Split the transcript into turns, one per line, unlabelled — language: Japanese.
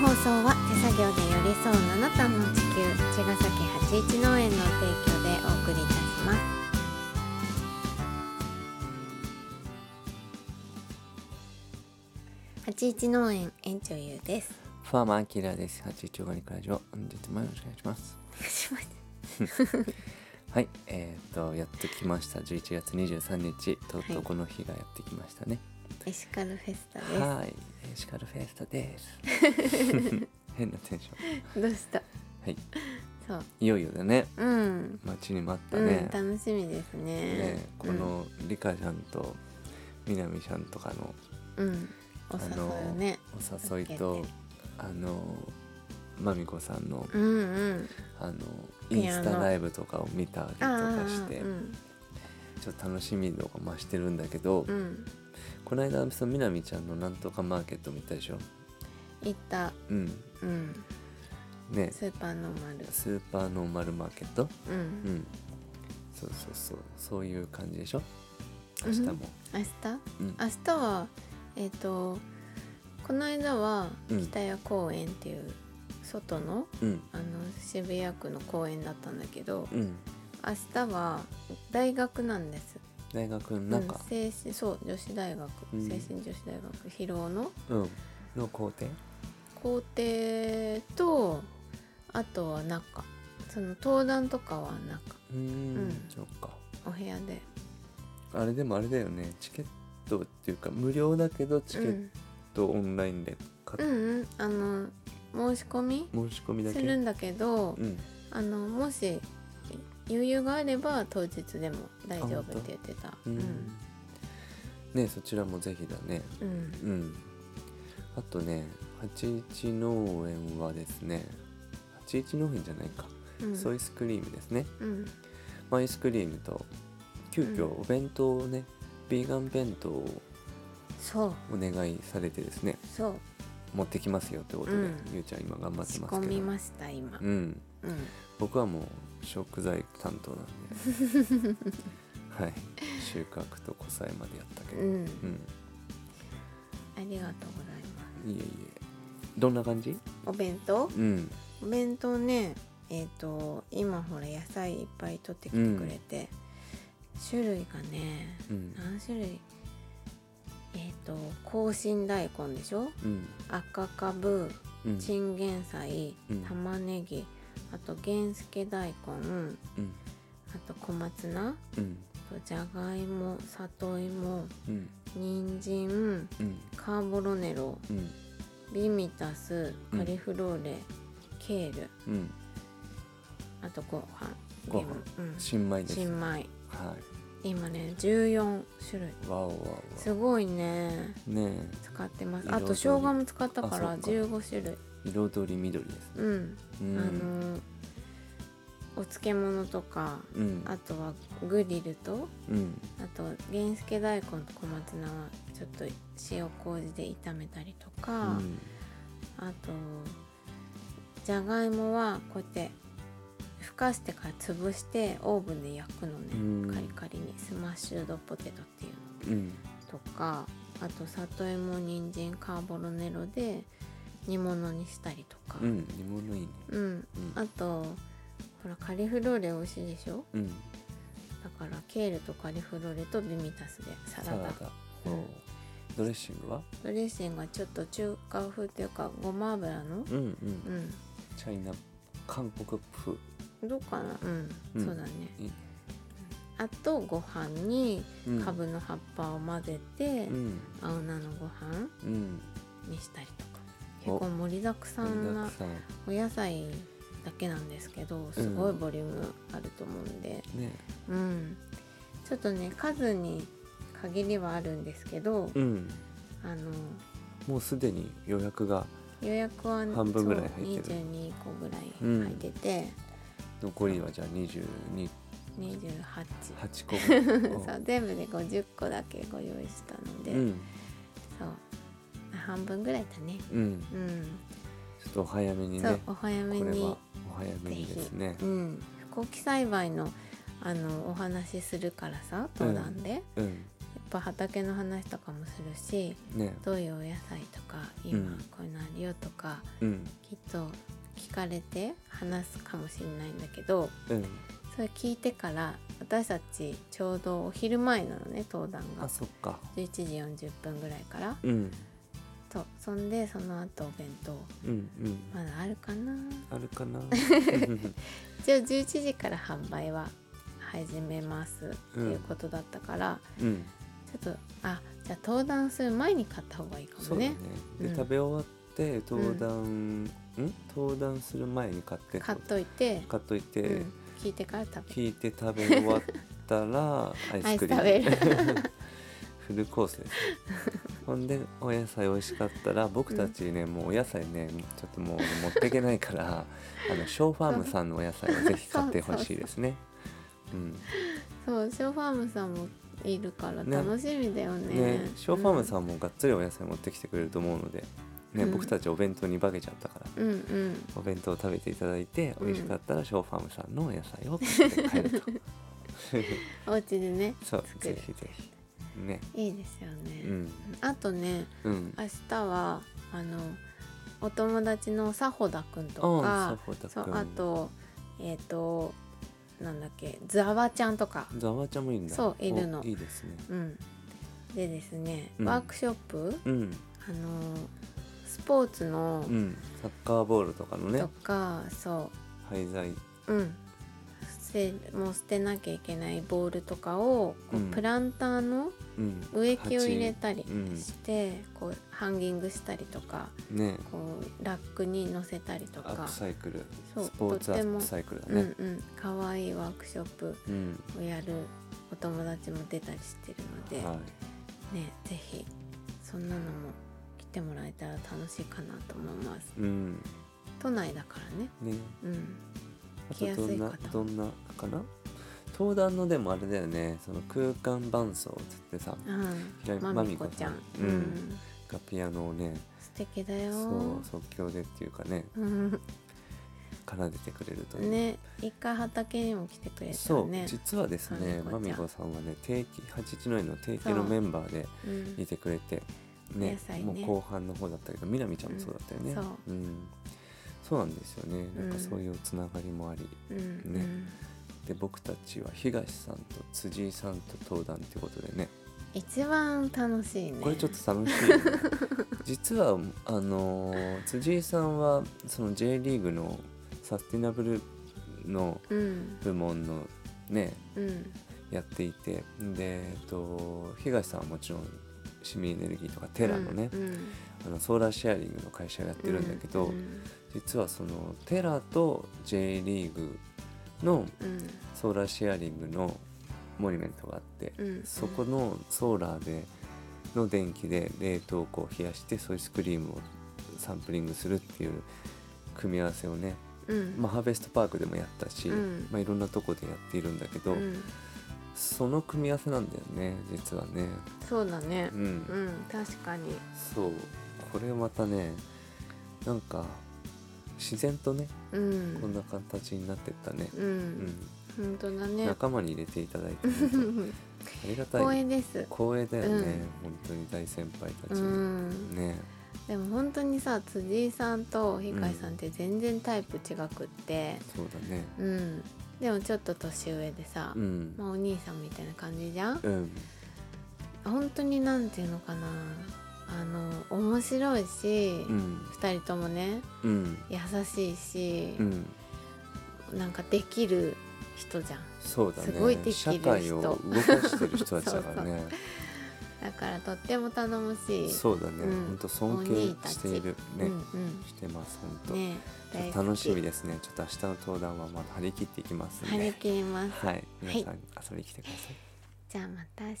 放送は手作業で寄り添う七段の地球茅ヶ崎八一農園の提供でお送りいたします八一農園園長ゆう です
ファーマーアキラです。八一ガニクラジオ、本日もよろしくお願いします。はい、えー、っと、やってきました。11月23日、とうと
は
う
い
この日がやってきましたね。
エシカルフェスタで
はい、エシカルフェスタです。 変なテンション。
すどうした
はい、
そう
いよいよだね。
うん、
待ちに待った
う
ね
ん。楽しみですね
ね、このリカちゃんと。みなみちゃんとかの
うん、うん、お
あの
誘いね
お誘いと
受けて、
あの。まみこさんの、
うんうん
あの、イン
ピアノ
スタライブとかを見たりと
あ
かし
ー
て
う。ん
ちょっと楽しみ度が増してるんだけど、
うん
この間そのみなみちゃんのなんとかマーケット見たでしょ
行った
うん
うん
ね
スーパーノーマル
スーパーノーマルマーケット
う
うんんそうそうそうそういう感じでしょ明日も
明日
うん
明日はえっ、とこの間は
うん
北谷公園っていう外の
うん
あの渋谷区の公園だったんだけど
うん
明日は大学なんです
大学の
うん
中、
精神そう女子大学、
うん
精神女子大学広尾の
うんの校庭
校庭とあとは中その登壇とかは中
うーん
うん
そっか
お部屋で、
あれでもあれだよねチケットっていうか無料だけどチ
う
ケッ
ん、
トオンラインで買
うん
っ、
うんあの申し込み
申し込みだけ
するんだけど、
うん
あのもし余裕があれば当日でも大丈夫って言ってた
うん、ねそちらもぜひだね
うんうん
うん。あとね、八一農園はですね、八一農園じゃないか、
うん
ソイスクリームですね。
うん
まあアイスクリームと急遽
うん
お弁当をね、ビーガン弁当を
そう
お願いされてですね、
そう
持ってきますよってことで、
うん
ゆうちゃん今頑張って
仕
ます
込
けど。
みました今
う、ん。
うん
僕はもう食材担当 なんで。はい。収穫と小さえまでやったけど。
う
うん。
んありがとうございます
いえいえ。どんな感じ？
お弁当
うん。
お弁当ねえっ、と今ほら野菜いっぱい取ってきてくれて、種類がね
うん。
何種類えっ、と紅芯大根でしょ
うん。
赤かぶ
うん
チンゲン菜、
うん
玉ねぎあと原助大根
うん
あと小松菜
うん
あとじゃがいも里芋
うん
人参
うん
カーボロネロ
うん
ビミタス
うん
カリフローレ、ケール
うん
あとご飯
ご飯
うん、
新米です
新米
は
今ね14種類
いわおわ
すごいね
おね
使ってます
彩
あ
り
と生姜も使ったか
あ
ら
そっか
15種類
え彩り緑ですね
うん、
う
あ
ん
のお漬物とか
うん
あとはグリルと
うん
あと原助大根と小松菜はちょっと塩麹で炒めたりと
う
か、
ん
あとじゃがいもはこうやってふかしてから潰してオーブンで焼くのね、
うん
カリカリにスマッシュドポテトっていう
うん
のとかあと里芋人参カーボロネロで煮物にしたりとか、
うん煮物いいね
うん
うん
あとほらカリフローレ美味しいでしょ
うん
だからケールとカリフローレとビミタスでサラダ
おうドレッシングは
ドレッシングはちょっと中華風っていうかごま油の
うんうん
うん
チャイナ韓国風
どうかなうん、
うん
そうだね
いい
あとご飯に
うん
かぶの葉っぱを混ぜて、
うん
青菜のご飯
うん
にしたりとか
お
結構盛りだくさん
盛りだ
な
くさん
お野菜だけなんですけどすごいボリュームあると思うんで、
ね
うんちょっとね数に限りはあるんですけど、
うん
あの
もうすでに予約が
予約は
半分ぐらい入ってる
そう22個ぐらい入ってて、
残りはじゃあ22
28
8個ぐらいおう
そう全部で50個だけご用意したので、
うん
そう半分ぐらいだね
うん
うん
ちょっとお早めに
そう、
ね
お早
こ
め
れ
に
はお早めにですね
うん飛行機栽培のあのお話しするからさ登壇で、
うん
ぱ畑の話とかもするし
ね
どういうお野菜とか今
うん
こういうのあるよとか、
うん
きっと聞かれて話すかもしれないんだけど
うん
それ聞いてから私たちちょうどお昼前なのね登壇
あ
が
そっか
11時40分ぐらいから
うん
とそんでその後お弁当
うんうん
まだあるかな
ある かな
一応11時から販売は始めますっていうことだったから、
うん
ちょっとあじゃあ登壇する前に買った方がいいか
そ
も
う
ね
だねで、
うん
食べ終わって登壇、ん登壇する前に買って
買っといて、
買っといて、
うん、聞いてから食べる
聞いて食べ終わった らアイスクリ
アイス
ーム フルコースですほんでお野菜美味しかったら僕たちね、もうお野菜ねちょっともう持っていけないから あのショーファームさんのお野菜をぜひ買ってほしいですねうん
そうショーファームさんもいるから
ね
楽しみだよね
ねショーファーム
ん
さんもがっつりお野菜持ってきてくれると思うので、ね
うん
僕たちお弁当に化けちゃったから
うんうん
お弁当を食べていただいて
うん
美味しかったらショーファームさんのお野菜を買って帰る と
お家でね
そう
作
ぜ
る
ひぜひね
いいですよね、
うん
あとね
うん
明日はあのお友達のさほだくんと
うん
か
サフォタ
そう
君
あとえっ、となんだっけザワちゃんとか
ザワちゃんもいるんだ
そういるの
おいいですね
うんでですね、
うん
ワークショップ
うん
あのスポーツの
うんサッカーボールとかのね
とか、そ
廃材
ううん捨てもう捨てなきゃいけないボールとかをこう、
うん
プランターの
うん
植木を入れたり
鉢うん
して、こうハンギングしたりとか
ね
こうラックに乗せたりと
アッ
か
プサイクル
そう
スポーツア
とって
ッ
も
プサイクルだ
うんう
ね
んかわいいワークショップ
うん
をやるお友達も出たりしてるので、
はい
ねぜひそんなのも来てもらえたら楽しいかなと思います
うん
都内だからね
ね
うん
あとどんな
来やすい方
どんなかな登壇のでもあれだよねその空間伴奏つってさ
う
平井
んまみこちゃん
ま
う
みこさん
ん、
うんがピアノをね
素敵だよ
そう即興でっていうかね
うん
奏でてくれるという
ね一回畑にも来てくれた
そ
よ
う、
ね
実はですねま
ま
み
み
こ
こ
さんはね定期八一の絵の定期のメンバーで
う、ん、
いてくれてね
野菜
も
ね
う後半の方だったけどみなみちゃんもそうだったよ
う
ね、
んそ
ん、そうなんですよねなんか
うん
そういうつながりもあり、
うん
ね
うん
で僕たちは東さんと辻井さんと登壇ってことでね
一番楽しいね
これちょっと楽し いよね、実はあのー辻井さんはその J リーグのサスティナブルの
うん
部門のね
うん
やっていてで、えっと、東さんはもちろん市民エネルギーとかテラのね、
うん
あのソーラーシェアリングの会社をやってるんだけど、
うん
実はそのテラと J リーグの
うん
ソーラーシェアリングのモニュメントがあって、
うん
そこのソーラーでの電気で冷凍庫を冷やしてソイスクリームをサンプリングするっていう組み合わせをね、
うん
まあ、ハーベストパークでもやったし、
うん
まあ、いろんなとこでやっているんだけど、
うん
その組み合わせなんだよね実はね
そうだね
うん、
うん確かに
そうこれまたねなんか自然とね
うん
こんな形になってったね、
う
うん
ん、本当だね。
仲間に入れていただいて本当にありがたい
光栄です。
光栄だよね、
うん
本当に大先輩た
う
ちに、
ん、
ね
でも本当にさ辻井さんと東さんって全然タイプ違くって、
そうだね
うんでもちょっと年上でさ、
うん、
まあ、お兄さんみたいな感じじゃん
うん
本当になんていうのかなあの面白いし、
うん
2人ともね
うん
優しいし
う、ん
なんかできる人じゃん
そうだ
す
ね
ごいできる人
社会を動かしてる人たちだか らね
だからとっても頼もしい
そうだね、
うん
本当尊敬している
うん
ね、
うん
してます本当、
ね
ちょっ
大
と
好き
楽しみですねちょっと明日の登壇はまた張り切っていきますんで
張り切ります
はい皆さん遊びに来てください、
じゃあまた明日